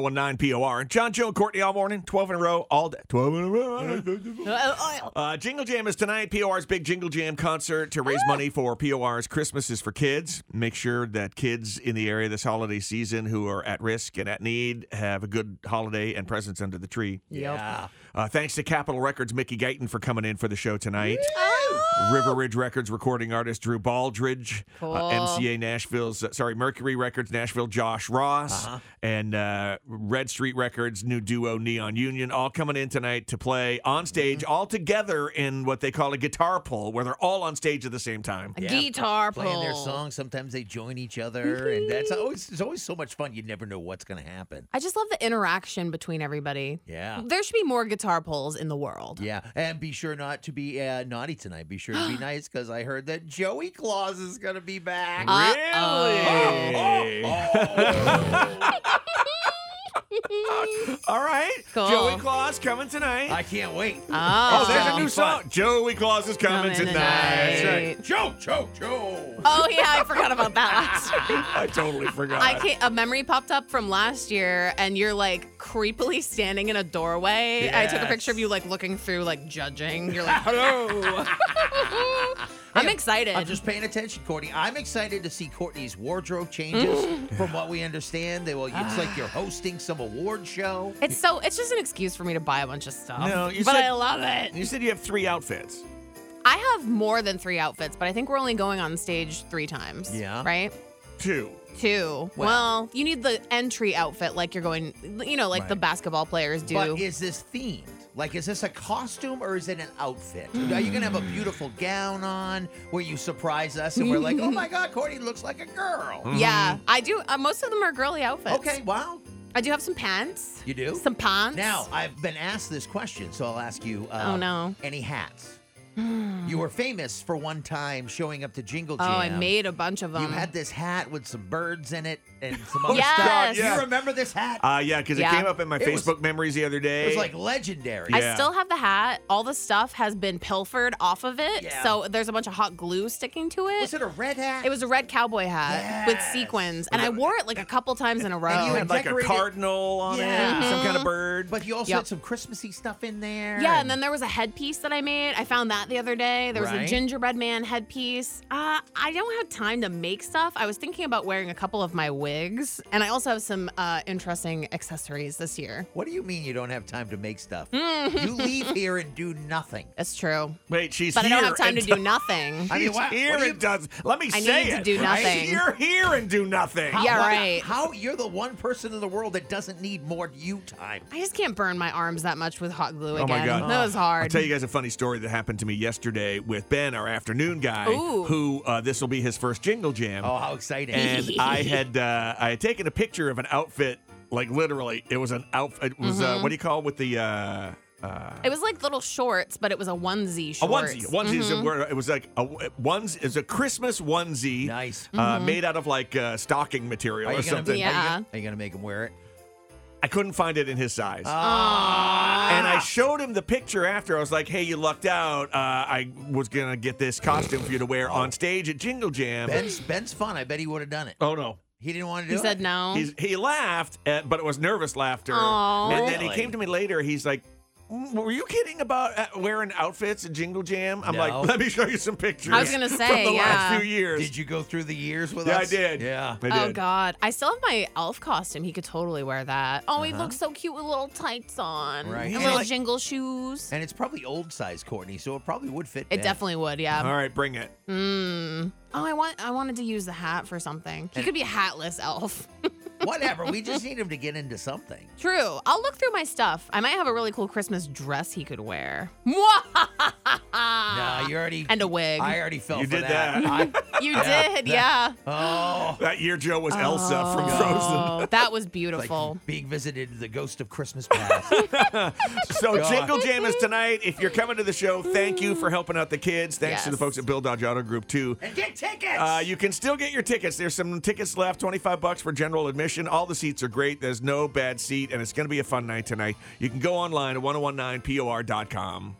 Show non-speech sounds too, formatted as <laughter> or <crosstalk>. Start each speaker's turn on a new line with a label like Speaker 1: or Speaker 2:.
Speaker 1: 1019 POR. John, Joe, and Courtney all morning, 12 in a row, all day. 12 in a row. Uh, Jingle Jam is tonight, POR's big Jingle Jam concert to raise money for POR's Christmas is for Kids. Make sure that kids in the area this holiday season who are at risk and at need have a good holiday and presents under the tree.
Speaker 2: Yeah.
Speaker 1: Uh, thanks to Capitol Records' Mickey Guyton for coming in for the show tonight.
Speaker 3: Oh!
Speaker 1: River Ridge Records recording artist Drew Baldridge,
Speaker 2: Cool.
Speaker 1: uh, MCA Nashville's, uh, sorry, Mercury Records, Nashville Josh Ross,
Speaker 3: Uh-huh.
Speaker 1: and uh, Red Street Records, new duo Neon Union, all coming in tonight to play on stage
Speaker 3: Mm-hmm.
Speaker 1: all together in what they call a guitar pull, where they're all on stage at the same time.
Speaker 2: Yeah,
Speaker 3: Guitar
Speaker 2: playing their
Speaker 3: pull.
Speaker 2: songs. Sometimes they join each other, and that's always it's always so much fun. You never know what's going to happen.
Speaker 3: I just love the interaction between everybody.
Speaker 2: Yeah.
Speaker 3: There should be more guitar pulls in the world.
Speaker 2: Yeah, and be sure not to be uh, naughty tonight. Be sure
Speaker 3: <gasps>
Speaker 2: to be nice because I heard that Joey Claus is going to be back.
Speaker 3: Oh,
Speaker 1: Really?
Speaker 2: Oh,
Speaker 3: <laughs>
Speaker 1: All right.
Speaker 3: oh. Cool.
Speaker 1: Joey Claus coming tonight.
Speaker 2: I can't wait.
Speaker 3: Oh.
Speaker 1: oh, there's a new
Speaker 2: Fun.
Speaker 1: song. Joey Claus is coming,
Speaker 3: Coming
Speaker 1: tonight.
Speaker 3: tonight.
Speaker 1: That's right.
Speaker 3: Right.
Speaker 2: Joe, Joe, Joe.
Speaker 3: Oh yeah, I forgot about that
Speaker 1: <laughs>
Speaker 3: last.
Speaker 1: I totally forgot.
Speaker 3: I can't, a memory popped up from last year, and you're like creepily standing in a doorway. I took a picture of
Speaker 2: Yes.
Speaker 3: you like looking through, like judging. You're
Speaker 1: <laughs>
Speaker 3: like, <laughs>
Speaker 1: Hello.
Speaker 3: I'm excited.
Speaker 2: I'm just paying attention, Courtney. I'm excited to see Courtney's wardrobe changes.
Speaker 3: Mm.
Speaker 2: From what we understand, they will. It's like you're hosting some award show.
Speaker 3: it's so it's just an excuse for me to buy a bunch of stuff.
Speaker 1: No, you
Speaker 3: but
Speaker 1: said-
Speaker 3: I love it.
Speaker 1: You said you have three outfits.
Speaker 3: I have more than three outfits, but I think we're only going on stage three times.
Speaker 2: Yeah.
Speaker 3: Right.
Speaker 1: Two.
Speaker 3: Two. Well, you need the entry outfit, like you're going, you know, like the
Speaker 1: Right.
Speaker 3: basketball players do.
Speaker 2: But is this themed? Like, is this a costume or is it an outfit? Are you gonna have
Speaker 3: Mm.
Speaker 2: a beautiful gown on where you surprise us and we're like, oh my god, Courtney looks like a girl?
Speaker 3: yeah, I do. Uh, most of them are girly outfits.
Speaker 2: Okay, wow,
Speaker 3: I do have some pants.
Speaker 2: you do.
Speaker 3: Some pants.
Speaker 2: now I've been asked this question, so I'll ask you. Uh,
Speaker 3: Oh, no.
Speaker 2: Any hats?
Speaker 3: <sighs>
Speaker 2: you were famous for one time showing up to Jingle
Speaker 3: Oh,
Speaker 2: Jam.
Speaker 3: I made a bunch of them.
Speaker 2: You had this hat with some birds in it and
Speaker 3: <laughs>
Speaker 2: some other
Speaker 3: Yes.
Speaker 2: stuff. Do
Speaker 1: Yeah.
Speaker 2: You remember this hat?
Speaker 1: Uh, yeah, because
Speaker 3: Yeah.
Speaker 1: it came up in my
Speaker 2: It was-
Speaker 1: Facebook memories the other day.
Speaker 2: it was like legendary.
Speaker 1: Yeah.
Speaker 3: I still have the hat. All the stuff has been pilfered off of it.
Speaker 2: Yeah.
Speaker 3: So there's a bunch of hot glue sticking to it.
Speaker 2: Was it a red hat?
Speaker 3: It was a red cowboy hat with
Speaker 2: Yes.
Speaker 3: sequins, and I wore it like a couple times in a row.
Speaker 2: And you
Speaker 1: It had like a
Speaker 2: decorated-
Speaker 1: cardinal on
Speaker 2: Yeah.
Speaker 1: it, some
Speaker 3: Uh-huh.
Speaker 1: kind of bird.
Speaker 2: But you also
Speaker 3: Yep.
Speaker 2: had some Christmassy stuff in there.
Speaker 3: yeah, and then there was a headpiece that I made. I found that the other day. There was a
Speaker 2: Right.
Speaker 3: gingerbread man headpiece. Uh, I don't have time to make stuff. I was thinking about wearing a couple of my wigs, and I also have some uh, interesting accessories this year.
Speaker 2: What do you mean you don't have time to
Speaker 3: <laughs>
Speaker 2: make stuff? you leave here and do nothing.
Speaker 3: That's true.
Speaker 1: Wait, she's
Speaker 3: But I
Speaker 1: here.
Speaker 3: don't have time to
Speaker 1: and <laughs>
Speaker 3: do nothing.
Speaker 2: I mean,
Speaker 1: She's
Speaker 2: wha- what,
Speaker 1: here
Speaker 2: do you-
Speaker 1: and does. Let me
Speaker 3: I
Speaker 1: say
Speaker 3: needed to
Speaker 1: it.
Speaker 3: do
Speaker 1: right?
Speaker 3: nothing.
Speaker 1: You're here and do nothing.
Speaker 2: How-
Speaker 3: Yeah,
Speaker 2: why-
Speaker 3: right.
Speaker 2: How you're the one person in the world that doesn't need more you time.
Speaker 3: I just can't burn my arms that much with hot glue
Speaker 1: Oh
Speaker 3: again.
Speaker 1: my God.
Speaker 3: That was hard.
Speaker 1: I'll tell you guys a funny story that happened to me yesterday with Ben, our afternoon guy,
Speaker 3: Ooh.
Speaker 1: who uh, this will be his first jingle jam.
Speaker 2: Oh, how exciting! <laughs>
Speaker 1: and I had uh, I had taken a picture of an outfit, like literally, it was an outfit. It was uh,
Speaker 2: Mm-hmm.
Speaker 1: what do you call it with the uh, uh,
Speaker 3: It was like little shorts, but it was a onesie
Speaker 1: a
Speaker 3: shorts.
Speaker 1: onesie? Onesie is
Speaker 2: Mm-hmm.
Speaker 1: a word. It was like a onesie is a Christmas onesie,
Speaker 2: nice.
Speaker 1: uh, made out of like uh, stocking material
Speaker 2: Mm-hmm. Are
Speaker 1: or
Speaker 2: you, gonna,
Speaker 1: something.
Speaker 3: Yeah.
Speaker 2: are, you gonna, are you gonna make him wear it?
Speaker 1: I couldn't find it in his size.
Speaker 2: Ah.
Speaker 1: and I showed him the picture after. I was like, "Hey, you lucked out. Uh, I was gonna get this costume for you to wear on stage at Jingle Jam."
Speaker 2: Ben's Ben's fun. I bet he would have done it.
Speaker 1: oh no,
Speaker 2: He didn't want to do
Speaker 3: He
Speaker 2: it.
Speaker 3: said no.
Speaker 1: He's, he laughed, uh but it was nervous laughter.
Speaker 3: Aw.
Speaker 1: And then he
Speaker 2: Really?
Speaker 1: came to me later. He's like, "Mm, "Were you kidding about uh, wearing outfits at Jingle Jam?" I'm like,
Speaker 2: No.
Speaker 1: "Let me show you some pictures."
Speaker 3: I was gonna say,
Speaker 1: from the last
Speaker 3: yeah.
Speaker 1: few years.
Speaker 2: Did you go through the years with
Speaker 1: yeah, I
Speaker 2: us?
Speaker 1: did.
Speaker 2: Yeah.
Speaker 1: I did.
Speaker 3: Oh God! I still have my elf costume. He could totally wear that. Oh, he looks so cute with little tights on,
Speaker 2: Right.
Speaker 3: and
Speaker 2: Yeah.
Speaker 3: little
Speaker 2: Like-
Speaker 3: jingle shoes.
Speaker 2: And it's probably old size Courtney, so it probably would fit.
Speaker 3: It
Speaker 2: Ben.
Speaker 3: definitely would, yeah.
Speaker 1: All right, bring it.
Speaker 3: Mm. Oh, I want. I wanted to use the hat for something. He could be a hatless elf.
Speaker 2: <laughs>
Speaker 3: <laughs>
Speaker 2: Whatever. We just need him to get into something.
Speaker 3: True. I'll look through my stuff. I might have a really cool Christmas dress he could wear. Mwah!
Speaker 2: no, you already
Speaker 3: Ah, and a wig.
Speaker 2: I already fell
Speaker 1: You
Speaker 2: for
Speaker 1: did
Speaker 3: <laughs> You
Speaker 2: Yeah,
Speaker 3: did,
Speaker 2: that-
Speaker 3: yeah.
Speaker 2: I- oh.
Speaker 1: That year, Joe was Elsa from Frozen.
Speaker 3: Oh, that was
Speaker 2: It's like
Speaker 3: beautiful.
Speaker 2: being visited the ghost of Christmas past.
Speaker 1: So
Speaker 2: God.
Speaker 1: Jingle Jam is tonight. If you're coming to the show, thank you for helping out the kids. Thanks to the
Speaker 3: Yes.
Speaker 1: folks at Bill Dodge Auto Group too.
Speaker 2: and get tickets.
Speaker 1: Uh, you can still get your tickets. There's some tickets left, 25 bucks for general admission. All the seats are great. oh There's no bad seat, and it's going to be a fun night tonight. You can go online at 1019por.com.